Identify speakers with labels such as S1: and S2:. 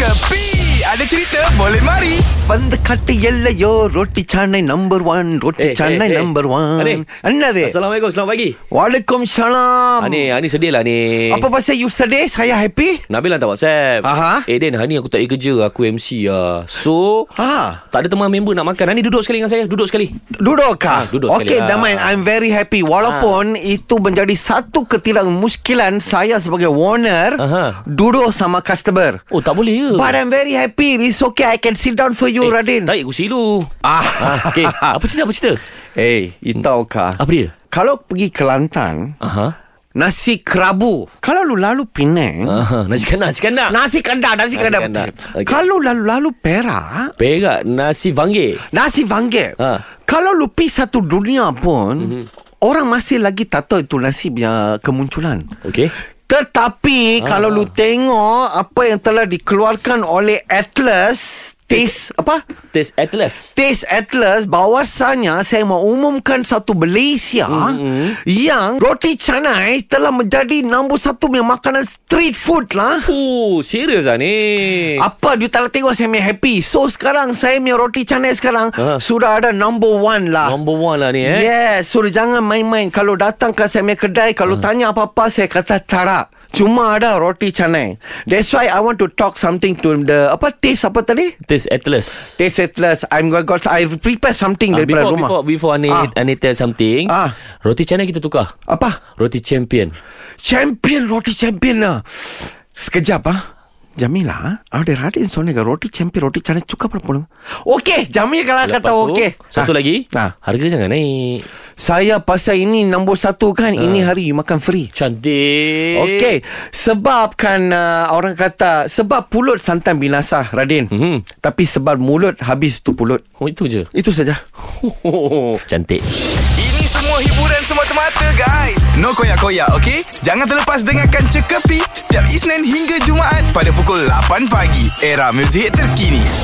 S1: Kepi Ada cerita boleh mari
S2: பந்தக்காட்டு எல்லையோ ரொட்டி சாணை நம்பர் ஒன் ரொட்டி
S3: Eh,
S2: சாணை
S3: eh, eh.
S2: Number one
S3: Ani.
S2: என்னது
S3: Assalamualaikum, selamat pagi.
S2: வணக்கம் ஷலாம்
S3: Ani, Ani sedih lah ni.
S2: apa pasal you sedih saya happy
S3: Nabil hantar WhatsApp.
S2: Aha.
S3: Eh, Dan, hari ni aku tak pergi kerja. Aku MC lah. So,
S2: Ah,
S3: tak ada teman member nak makan. Ani duduk sekali dengan saya. Duduk sekali.
S2: duduk
S3: Ah,
S2: kah?
S3: duduk
S2: Okey,
S3: sekali.
S2: Damain,
S3: Ah.
S2: I'm very happy. Walaupun itu menjadi satu ketidakmuskilan saya sebagai owner
S3: Aha.
S2: duduk sama customer.
S3: Oh, tak boleh ke?
S2: But I'm very happy. It's okay. I can sit down for you,
S3: Eh,
S2: Radin.
S3: Tarik kursi dulu.
S2: Ah.
S3: Ah, okay. Apa cerita, apa cerita?
S2: Eh, you tahu kah?
S3: Apa dia?
S2: Kalau pergi Kelantan,
S3: Aha.
S2: nasi kerabu. Kalau lu lalu Penang,
S3: Aha. Nasi kandar, nasi kandar.
S2: Nasi kandar, nasi kandar.
S3: kandar.
S2: betul.
S3: Okey.
S2: Kalau lalu-lalu Perak,
S3: Perak, nasi vanggil.
S2: nasi vanggil.
S3: Ha. Mhm.
S2: Kalau lu pergi satu dunia pun, orang masih lagi tak tahu itu nasi punya kemunculan.
S3: Okey. Ah.
S2: Tetapi kalau lu tengok apa yang telah dikeluarkan oleh Atlas
S3: Eh.
S2: Taste apa?
S3: Taste Atlas.
S2: Taste Atlas bahawasanya saya mau umumkan satu Malaysia
S3: Mhm.
S2: mm-hmm. yang roti canai telah menjadi nombor satu punya makanan street food lah.
S3: Oh, serius lah ni.
S2: Apa dia tak nak tengok saya punya happy So sekarang saya punya roti canai sekarang
S3: Ha.
S2: Sudah ada number one lah
S3: Number one lah ni eh.
S2: Yes So jangan main-main Kalau datang ke saya punya kedai Kalau
S3: Ha.
S2: tanya apa-apa Saya kata tarak Cuma ada roti canai That's why I want to talk something to the Apa taste apa tadi?
S3: Taste Atlas.
S2: Taste settlers I'm going got I prepare something
S3: Ah,
S2: daripada
S3: before,
S2: rumah
S3: before before Ani
S2: Ah.
S3: Ani tell something.
S2: Ah.
S3: Roti canai kita tukar.
S2: Apa?
S3: Roti champion.
S2: Champion roti champion ಸ್ಕೆಜಾಪ ಜಮೀಲಾ ಅವಡೆ ರಾಟಿ ಸೊನ್ನೆಗ ರೋಟಿ ಚಾಂಪಿ ರೋಟಿ ಚಾಣೆ ಚುಕ್ಕ ಪಡ್ಕೊಂಡು okay Jamil
S3: Lepas
S2: ಕಲಾಕತ್ತ
S3: tu,
S2: okay
S3: Satu lagi.
S2: Oh, Ah.
S3: Harga jangan naik.
S2: saya pasal ini nombor satu
S3: Ha.
S2: kan ini hari you makan free
S3: Eh. Cantik.
S2: Okey, sebab kan uh, orang kata sebab pulut santan binasa Radin.
S3: Mhm.
S2: Tapi sebab mulut habis tu pulut.
S3: Oh, itu je.
S2: Itu saja.
S3: Cantik.
S1: Ini semua hiburan semata-mata guys No koyak-koyak ok Jangan terlepas dengarkan Cekapi Setiap Isnin hingga Jumaat Pada pukul 8 pagi Era muzik terkini